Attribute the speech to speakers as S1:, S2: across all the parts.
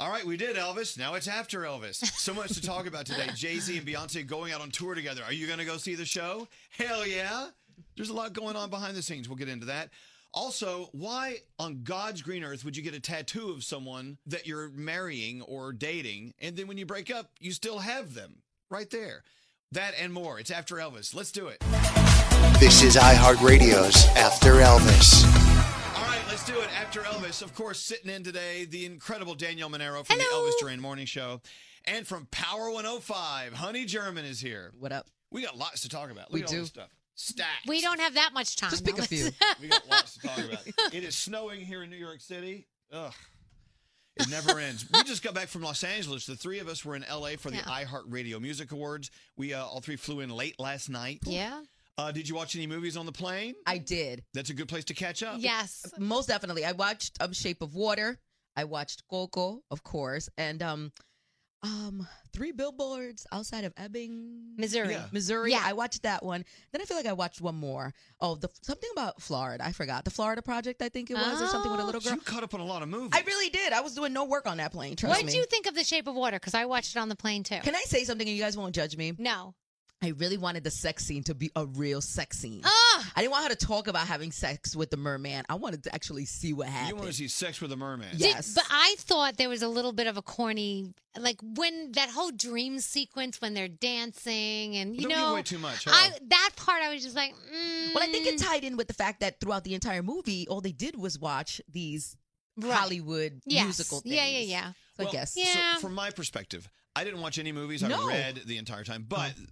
S1: All right, we did Elvis. Now it's after Elvis. So much to talk about today. Jay Z and Beyonce going out on tour together. Are you going to go see the show? Hell yeah. There's a lot going on behind the scenes. We'll get into that. Also, why on God's green earth would you get a tattoo of someone that you're marrying or dating, and then when you break up, you still have them right there? That and more. It's after Elvis. Let's do it.
S2: This is iHeartRadio's After Elvis.
S1: All right, let's do it. After Elvis, of course, sitting in today, the incredible Danielle Monero from the Elvis Duran Morning Show. And from Power 105, Honey German is here. What up? We got lots to talk about. Look
S3: We
S1: at all
S3: do.
S1: this stuff. Stack.
S4: We don't have that much time.
S1: Just pick a
S4: Alex.
S1: few. We got lots to talk about. It is snowing here in New York City. Ugh. It never ends. We just got back from Los Angeles. The three of us were in LA for the
S4: Yeah.
S1: iHeartRadio Music Awards. We uh, all three flew in late last night.
S4: Yeah.
S1: Uh, did you watch any movies on the plane?
S3: I did.
S1: That's a good place to catch up.
S4: Yes.
S3: Most definitely. I watched um, Shape of Water. I watched Coco, of course, and um, um, Three Billboards Outside of Ebbing,
S4: Missouri. Yeah.
S3: Missouri.
S4: Yeah.
S3: I watched that one. Then I feel like I watched one more. Oh, the something about Florida. I forgot the Florida Project. I think it was, or something with a
S4: Oh,
S3: little girl.
S1: You caught up on a lot of movies.
S3: I really did. I was doing no work on that plane. Trust
S4: What
S3: me.
S4: did you think of The Shape of Water? Because I watched it on the plane too.
S3: Can I say something and you guys won't judge me?
S4: No.
S3: I really wanted the sex scene to be a real sex scene.
S4: Ah.
S3: I didn't want her to talk about having sex with the merman. I wanted to actually see what
S1: You
S3: happened.
S1: want to see Sex with a Merman?
S3: Did- Yes.
S4: But I thought there was a little bit of a corny, like when that whole dream sequence when they're dancing and you
S1: Don't
S4: know
S1: give away too much. Huh?
S4: I that part I was just like, mm,
S3: Well, I think it tied in with the fact that throughout the entire movie, all they did was watch these
S4: Right.
S3: Hollywood
S4: yes.
S3: musical things.
S4: Yeah, yeah, yeah.
S3: So
S1: Well,
S3: I guess.
S1: so
S4: Yeah.
S1: from my perspective, I didn't watch any movies. I
S3: No.
S1: read the entire time, but
S4: Oh.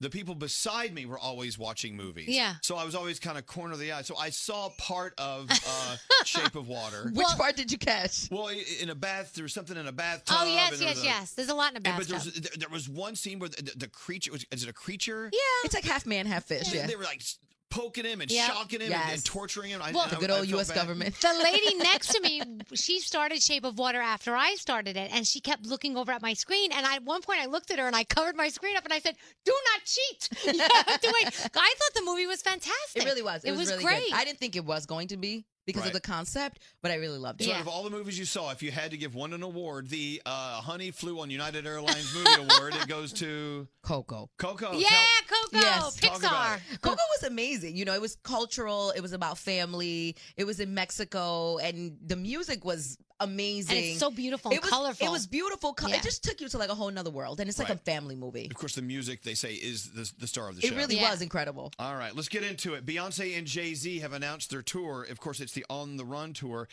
S1: the people beside me were always watching movies.
S4: Yeah.
S1: So I was always kind of corner of the eye. So I saw part of uh, Shape of Water.
S3: Which part did you catch?
S1: Well, i- in a bath, there was something in a bathtub.
S4: Oh
S1: and
S4: yes,
S1: there
S4: yes,
S1: was a-
S4: yes. There's a lot in a
S1: And, but
S4: bathtub.
S1: there was, there there was one scene where the, the, the creature was, is it a creature?
S4: yeah.
S3: It's like half man, half fish.
S1: They,
S3: Yeah.
S1: they were like s- poking him and
S4: Yeah.
S1: shocking him and,
S3: Yes.
S1: and torturing him. I,
S4: Well,
S1: and
S3: The
S1: I-
S3: good
S1: I
S3: old
S1: felt
S3: U.S.
S1: bad.
S3: government.
S4: The lady next to me, she started Shape of Water after I started it, and she kept looking over at my screen. And I, at one point, I looked at her and I covered my screen up and I said, "Do not cheat." You have to wait. I thought the movie was fantastic.
S3: It really was. It,
S4: It, was,
S3: really
S4: great.
S3: good. I didn't think it was going to be because
S1: Right.
S3: of the concept, but I really loved it.
S1: So out
S4: Yeah.
S1: of all the movies you saw, if you had to give one an award, the uh, Honey Flew on United Airlines Movie Award, it goes to
S3: Coco.
S1: Coco.
S4: yeah,
S1: Tell-
S4: Coco,
S3: Yes,
S1: talk about
S4: Pixar.
S1: it.
S3: Coco was amazing. You know, it was cultural. It was about family. It was in Mexico, and the music was amazing.
S4: And it's so beautiful
S3: it
S4: and
S3: was,
S4: colorful.
S3: It was beautiful. col-
S4: Yeah.
S3: It just took you to like a whole nother world, and it's like
S1: Right.
S3: a family movie.
S1: Of course, the music they say is the, the star of the show.
S3: It really
S4: Yeah.
S3: was incredible.
S1: All right, let's get into it. Beyonce and Jay Z have announced their tour. Of course, it's the On the Run tour.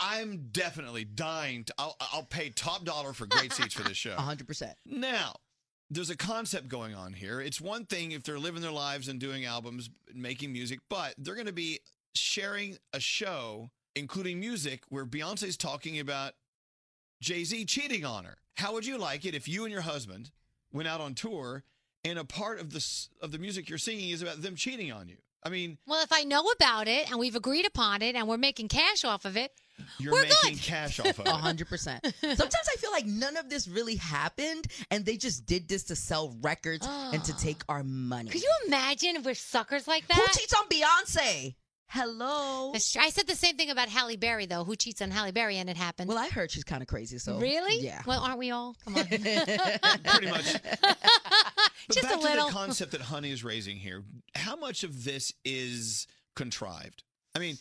S1: I'm definitely dying. To, I'll, I'll pay top dollar for great seats for this show.
S3: hundred percent.
S1: Now, there's a concept going on here. It's one thing if they're living their lives and doing albums, making music, but they're going to be sharing a show, including music, where Beyonce's talking about Jay Z cheating on her. How would you like it if you and your husband went out on tour and a part of the s- of the music you're singing is about them cheating on you? I mean,
S4: well, if I know about it and we've agreed upon it and we're making cash off of it,
S1: you're
S4: We're
S1: making
S4: good.
S1: cash off of
S3: A
S1: it.
S3: hundred percent. Sometimes I feel like none of this really happened, and they just did this to sell records and to take our money.
S4: could you imagine if we're suckers like
S3: Who
S4: that?
S3: cheats on Beyonce? Hello.
S4: The sh- I said the same thing about Halle Berry though. Who cheats on Halle Berry and it happened.
S3: Well, I heard she's kind of crazy. So
S4: really?
S3: yeah.
S4: Well, aren't we all? Come on.
S1: Pretty much. But
S4: Just
S1: back
S4: a
S1: to
S4: little.
S1: the concept that Honey is raising here. How much of this is contrived? I mean,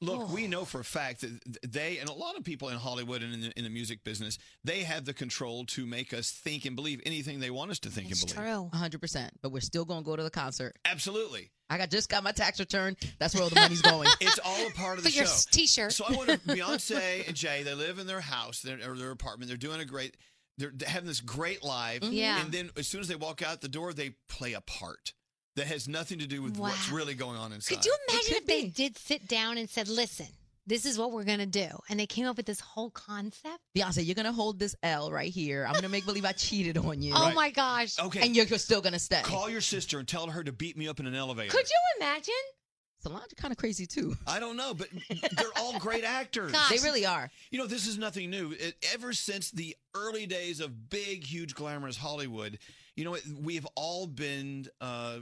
S1: look,
S4: Oh.
S1: we know for a fact that th- they and a lot of people in Hollywood and in the, in the music business, they have the control to make us think and believe anything they want us to think
S4: It's
S1: and believe.
S4: true.
S3: A hundred percent. But we're still gonna go to the concert.
S1: Absolutely,
S3: I got just got my tax return. That's where all the money's going.
S1: it's all a part of
S4: For
S1: the
S4: your
S1: show.
S4: s- t-shirt.
S1: So I wonder, if Beyonce and Jay, they live in their house their, or their apartment. They're doing a great. They're they're having this great life.
S4: Mm, Yeah.
S1: And then as soon as they walk out the door, they play a part that has nothing to do with what's
S4: Wow.
S1: really going on inside.
S4: Could you imagine
S3: could
S4: if they
S3: be.
S4: did sit down and said, "Listen, this is what we're gonna do," and they came up with this whole concept?
S3: Beyonce, you're gonna hold this L right here. I'm gonna make believe I cheated on you.
S4: Oh my gosh!
S1: Okay.
S3: And you're, you're still gonna stay.
S1: Call your sister and tell her to beat me up in an elevator.
S4: Could you imagine?
S3: Solange kind of crazy too.
S1: I don't know, but they're all great actors.
S4: God.
S3: They really are.
S1: You know, this is nothing new. It, ever since the early days of big, huge, glamorous Hollywood, you know what? We have all been uh,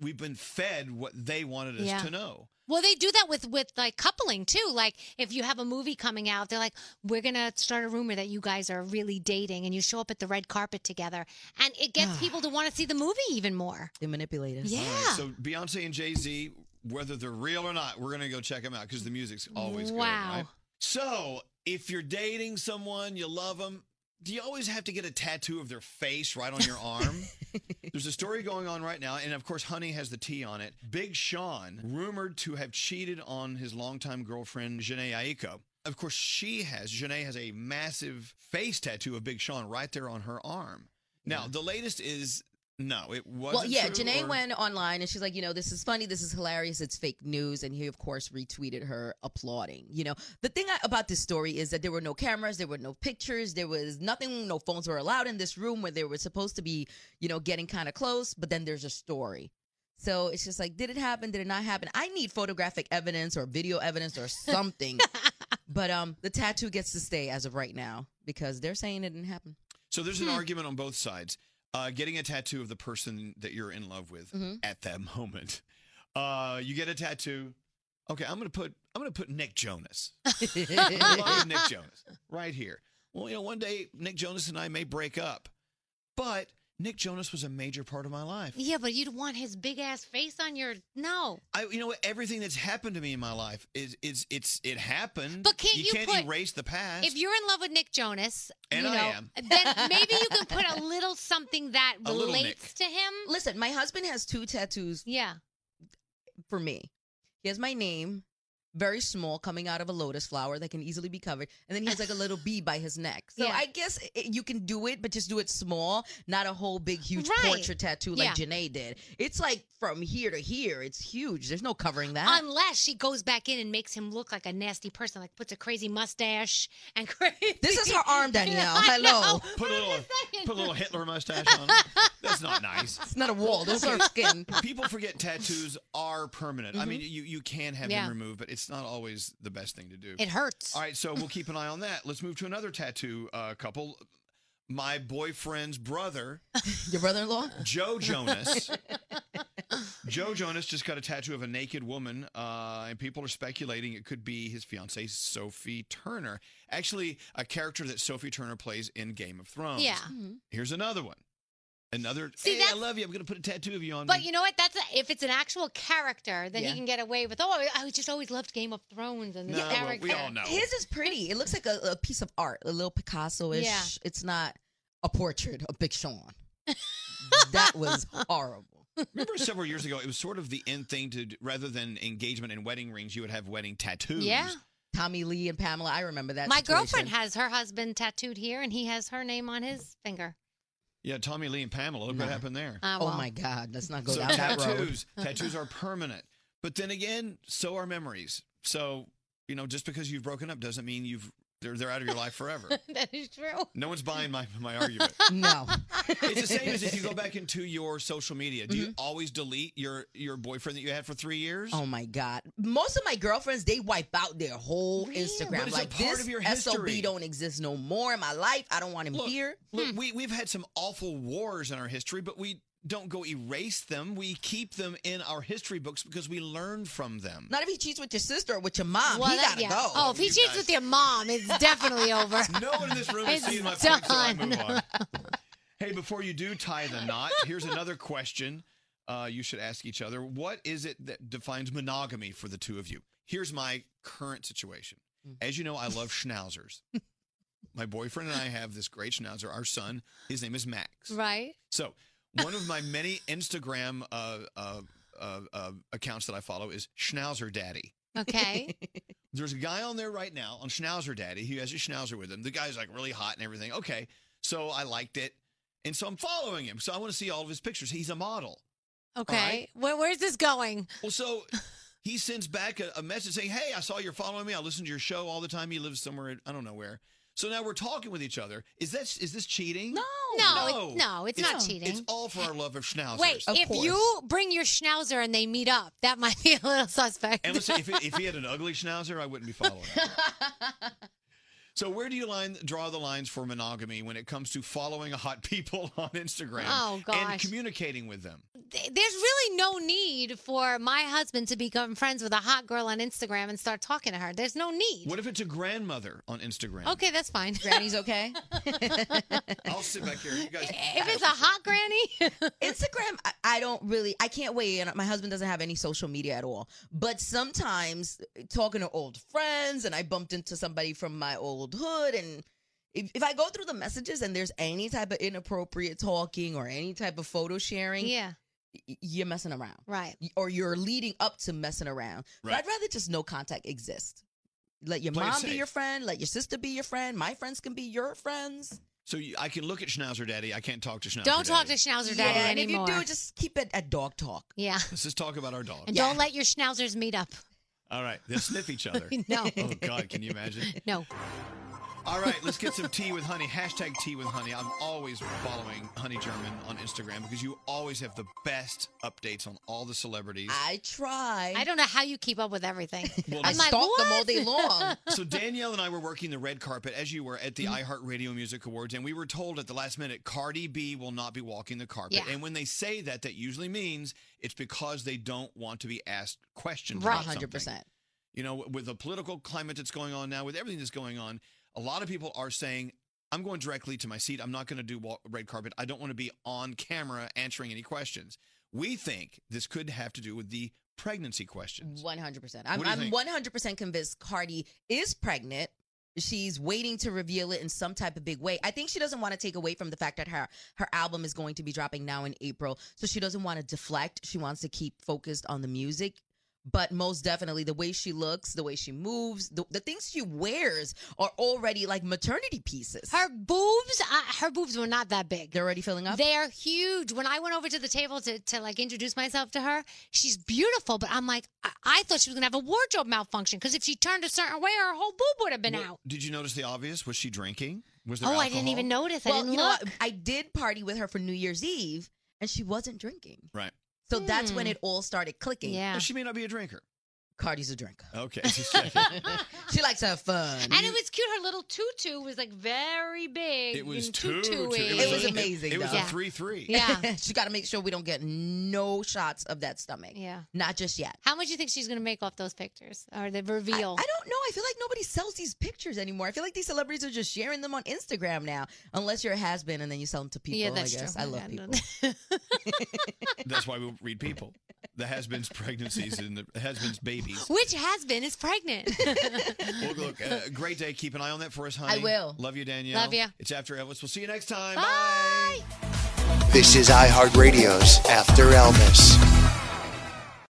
S1: we've been fed what they wanted us
S4: Yeah.
S1: to know.
S4: Well, they do that with with like coupling too. Like if you have a movie coming out, they're like, "We're gonna start a rumor that you guys are really dating," and you show up at the red carpet together, and it gets people to want to see the movie even more.
S3: They manipulate us.
S4: Yeah.
S1: All right, so Beyonce and Jay Z, whether they're real or not, we're gonna go check them out because the music's always
S4: Wow.
S1: good. Right? So if you're dating someone, you love them. Do you always have to get a tattoo of their face right on your arm? There's a story going on right now, and of course, Honey has the T on it. Big Sean, rumored to have cheated on his longtime girlfriend, Janae Aiko. Of course, she has, Janae has a massive face tattoo of Big Sean right there on her arm. Now, the latest is no, it
S3: Well,
S1: wasn't.
S3: yeah,
S1: true,
S3: Janae
S1: or-
S3: went online and she's like, you know, this is funny, this is hilarious, it's fake news. And he, of course, retweeted her applauding. You know, the thing I, about this story is that there were no cameras, there were no pictures, there was nothing, no phones were allowed in this room where they were supposed to be, you know, getting kind of close. But then there's a story. So it's just like, did it happen? Did it not happen? I need photographic evidence or video evidence or something. but um, the tattoo gets to stay as of right now because they're saying it didn't happen.
S1: So there's an
S4: Hmm.
S1: argument on both sides. Uh, getting a tattoo of the person that you're in love with
S4: Mm-hmm.
S3: Mhm.
S1: at that moment. Uh, you get a tattoo. Okay, I'm gonna put I'm gonna put Nick Jonas. I'm in love with Nick Jonas right here. Well, you know, one day Nick Jonas and I may break up, but Nick Jonas was a major part of my life.
S4: Yeah, but you'd want his big ass face on your no.
S1: I, you know, what? everything that's happened to me in my life is is it's it happened.
S4: But can't you
S1: can't
S4: put-
S1: erase the past.
S4: If you're in love with Nick Jonas,
S1: And
S4: you
S1: I
S4: know,
S1: am.
S4: then maybe you can put a little something that
S1: A little
S4: relates to him.
S3: Listen, my husband has two tattoos
S4: Yeah.
S3: for me. He has my name, very small, coming out of a lotus flower that can easily be covered, and then he has like a little bee by his neck. So
S4: Yeah.
S3: I guess i you can do it, but just do it small, not a whole big, huge
S4: Right.
S3: portrait tattoo like
S4: Yeah.
S3: Janae did. It's like from here to here, it's huge. There's no covering that.
S1: Uh-huh.
S4: Unless she goes back in and makes him look like a nasty person, like puts a crazy mustache and crazy.
S3: this is her arm, Danielle.
S4: I
S3: Hello.
S4: know.
S1: put a
S4: I'm
S1: little
S4: just saying.
S1: put a little Hitler mustache on. it. That's not nice.
S3: It's not a wall. This is her skin.
S1: people forget tattoos are permanent. I mean, you you can have
S4: Mm-hmm. Yeah.
S1: them removed, but it's not always the best thing to do.
S4: It hurts.
S1: All right, so we'll keep an eye on that. Let's move to another tattoo uh, couple. My boyfriend's brother,
S3: Your brother-in-law?
S1: Joe Jonas. Joe Jonas just got a tattoo of a naked woman, uh, and people are speculating it could be his fiancee Sophie Turner. Actually, a character that Sophie Turner plays in Game of Thrones.
S4: Yeah.
S1: Here's another one. Another.
S4: See,
S1: hey, I
S4: that's-
S1: love you. I'm going to put a tattoo of you on
S4: But
S1: me.
S4: you know what? That's a, if it's an actual character, then
S3: Yeah.
S4: he can get away with. Oh, I I just always loved Game of Thrones and
S1: no,
S4: this
S1: well,
S4: character.
S1: we all know.
S3: His is pretty. It looks like a, a piece of art, a little Picasso-ish.
S4: Yeah.
S3: It's not a portrait of Big Sean. that was horrible.
S1: Remember several years ago, it was sort of the end thing to do, rather than engagement and wedding rings, you would have wedding tattoos.
S4: Yeah.
S3: Tommy Lee and Pamela. I remember that.
S4: My
S3: situation.
S4: girlfriend has her husband tattooed here, and he has her name on his finger.
S1: Yeah, Tommy Lee and Pamela. Look what
S3: Nah.
S1: happened there.
S4: Uh,
S3: Oh
S4: well.
S3: my God! Let's not go
S1: so
S3: down that road.
S1: tattoos, tattoos are permanent. But then again, so are memories. So, you know, just because you've broken up doesn't mean you've they're, they're out of your life forever.
S4: that is true.
S1: No one's buying my, my argument.
S3: No.
S1: It's the same as if you go back into your social media. Do you always delete your your boyfriend that you had for three years?
S3: Oh my God! Most of my girlfriends they wipe out their whole
S4: Really?
S3: Instagram.
S1: But it's a
S3: like
S1: part
S3: this
S1: of your
S3: sob
S1: history.
S3: don't exist no more in my life. I don't want him
S1: Look,
S3: here.
S4: Hmm.
S1: Look, we we've had some awful wars in our history, but we don't go erase them. We keep them in our history books because we learn from them.
S3: Not if he cheats with your sister or with your mom.
S4: Well,
S3: he
S4: that-
S3: gotta
S4: yeah.
S3: go.
S4: Oh, if he
S1: You
S4: cheats
S1: guys-
S4: with your mom, it's definitely over.
S1: No one in this room is
S4: It's
S1: seeing my point, so I
S4: done.
S1: move on. Hey, before you do tie the knot, here's another question uh, you should ask each other. What is it that defines monogamy for the two of you? Here's my current situation.
S4: Hmm.
S1: As you know, I love schnauzers. My boyfriend and I have this great schnauzer, our son. His name is Max.
S4: Right?
S1: So one of my many Instagram uh, uh, uh, uh, accounts that I follow is Schnauzer Daddy.
S4: Okay.
S1: There's a guy on there right now on Schnauzer Daddy. He has a schnauzer with him. The guy's like really hot and everything. Okay, so I liked it, and so I'm following him. So I want to see all of his pictures. He's a model.
S4: Okay.
S1: right.
S4: Where, where's this going?
S1: Well, so he sends back a, a message saying, "Hey, I saw you're following me. I listen to your show all the time. He lives somewhere I don't know where." So now we're talking with each other. Is that is this cheating? No,
S4: No, it- no, it's not cheating.
S1: It's all for our love of schnauzers.
S4: Wait,
S3: Of
S4: if
S3: course.
S4: you bring your schnauzer and they meet up, that might be a little suspect.
S1: And listen, if, he- if he had an ugly schnauzer, I wouldn't be following. him. So where do you line draw the lines for monogamy when it comes to following hot people on Instagram
S4: Oh,
S1: and
S4: gosh.
S1: communicating with them?
S4: th- there's really no need for my husband to become friends with a hot girl on Instagram and start talking to her. There's no need.
S1: What if it's a grandmother on Instagram?
S4: Okay, that's fine.
S3: Granny's okay.
S1: I'll sit back here. You guys.
S4: if it's a hot granny,
S3: Instagram, I, I don't really, I can't weigh in. My husband doesn't have any social media at all. But sometimes talking to old friends, and I bumped into somebody from my old hood, and if, if I go through the messages and there's any type of inappropriate talking or any type of photo sharing,
S4: yeah,
S3: y- you're messing around.
S4: right.
S3: Y- Or you're leading up to messing around. But
S1: Right.
S3: I'd rather just no contact exist. Let your
S1: Play it
S3: mom be
S1: safe.
S3: your friend. Let your sister be your friend. My friends can be your friends.
S1: So you, I can look at Schnauzer Daddy. I can't talk to Schnauzer.
S4: Don't talk to
S1: Daddy.
S4: Schnauzer Daddy
S3: and if you
S4: anymore.
S3: do, just keep it at dog talk.
S4: yeah,
S1: Let's just talk about our dog.
S4: and
S3: Yeah.
S4: don't let your Schnauzers meet up.
S1: All right, they'll sniff each other.
S4: No,
S1: Oh God, can you imagine?
S4: no.
S1: All right, let's get some tea with honey. Hashtag tea with honey. I'm always following Honey German on Instagram because you always have the best updates on all the celebrities.
S3: I try.
S4: I don't know how you keep up with everything.
S1: Well,
S3: I
S4: I'm like,
S3: stalk them all
S4: what?
S3: day long.
S1: So Danielle and I were working the red carpet as you were at the
S4: Mm-hmm.
S1: iHeartRadio Music Awards, and we were told at the last minute Cardi B will not be walking the carpet.
S4: Yeah.
S1: And when they say that, that usually means it's because they don't want to be asked questions.
S4: Right.
S1: about something.
S3: 100%.
S1: You know, with the political climate that's going on now, with everything that's going on, a lot of people are saying, "I'm going directly to my seat. I'm not going to do wa- red carpet. I don't want to be on camera answering any questions." We think this could have to do with the pregnancy questions.
S3: 100%. I'm,
S1: What do you
S3: I'm
S1: think?
S3: 100% convinced Cardi is pregnant. She's waiting to reveal it in some type of big way. I think she doesn't want to take away from the fact that her her album is going to be dropping now in April. So she doesn't want to deflect. She wants to keep focused on the music. But most definitely the way she looks, the way she moves, the, the things she wears are already like maternity pieces.
S4: Her boobs, uh, her boobs were not that big.
S3: They're already filling up.
S4: They're huge. When I went over to the table to, to like introduce myself to her, she's beautiful, but I'm like, I, I thought she was gonna have a wardrobe malfunction because if she turned a certain way, her whole boob would have been
S1: What-
S4: out.
S1: Did you notice the obvious? Was she drinking? Was
S4: Oh,
S1: there
S4: I didn't
S1: alcohol?
S4: even notice. I
S3: well,
S4: didn't
S3: you know
S4: look.
S3: what? I did party with her for New Year's Eve and she wasn't drinking.
S1: Right.
S3: So that's when
S4: Hmm.
S3: it all started clicking.
S4: Yeah.
S1: Well, she may not be a drinker.
S3: Cardi's a drinker.
S1: Okay. just checking.
S3: she likes to have fun.
S4: And it was cute. Her little tutu was like very big.
S1: it was
S4: and
S1: two. two-
S4: tutu-y.
S3: It was
S1: a-
S3: amazing,
S1: It, was
S3: though.
S1: a
S4: Yeah.
S1: three three.
S4: yeah,
S3: she got to make sure we don't get no shots of that stomach.
S4: yeah.
S3: Not just yet.
S4: How much do you think she's gonna make off those pictures or the
S3: I, I
S4: reveal?
S3: don't know. I feel like nobody sells these pictures anymore. I feel like these celebrities are just sharing them on Instagram now, unless you're a has been and then you sell them to people.
S4: yeah, that's
S3: I guess
S4: true.
S3: I love
S4: Yeah,
S3: people.
S4: no-
S1: That's why we read people. The has-beens pregnancies and the has-beens babies.
S4: Which has been is pregnant.
S1: Well, look, uh, great day. Keep an eye on that for us, honey.
S3: I will.
S1: Love you, Danielle.
S4: Love ya.
S1: It's After Elvis. We'll see you next time.
S4: Bye.
S2: This is iHeartRadio's After Elvis.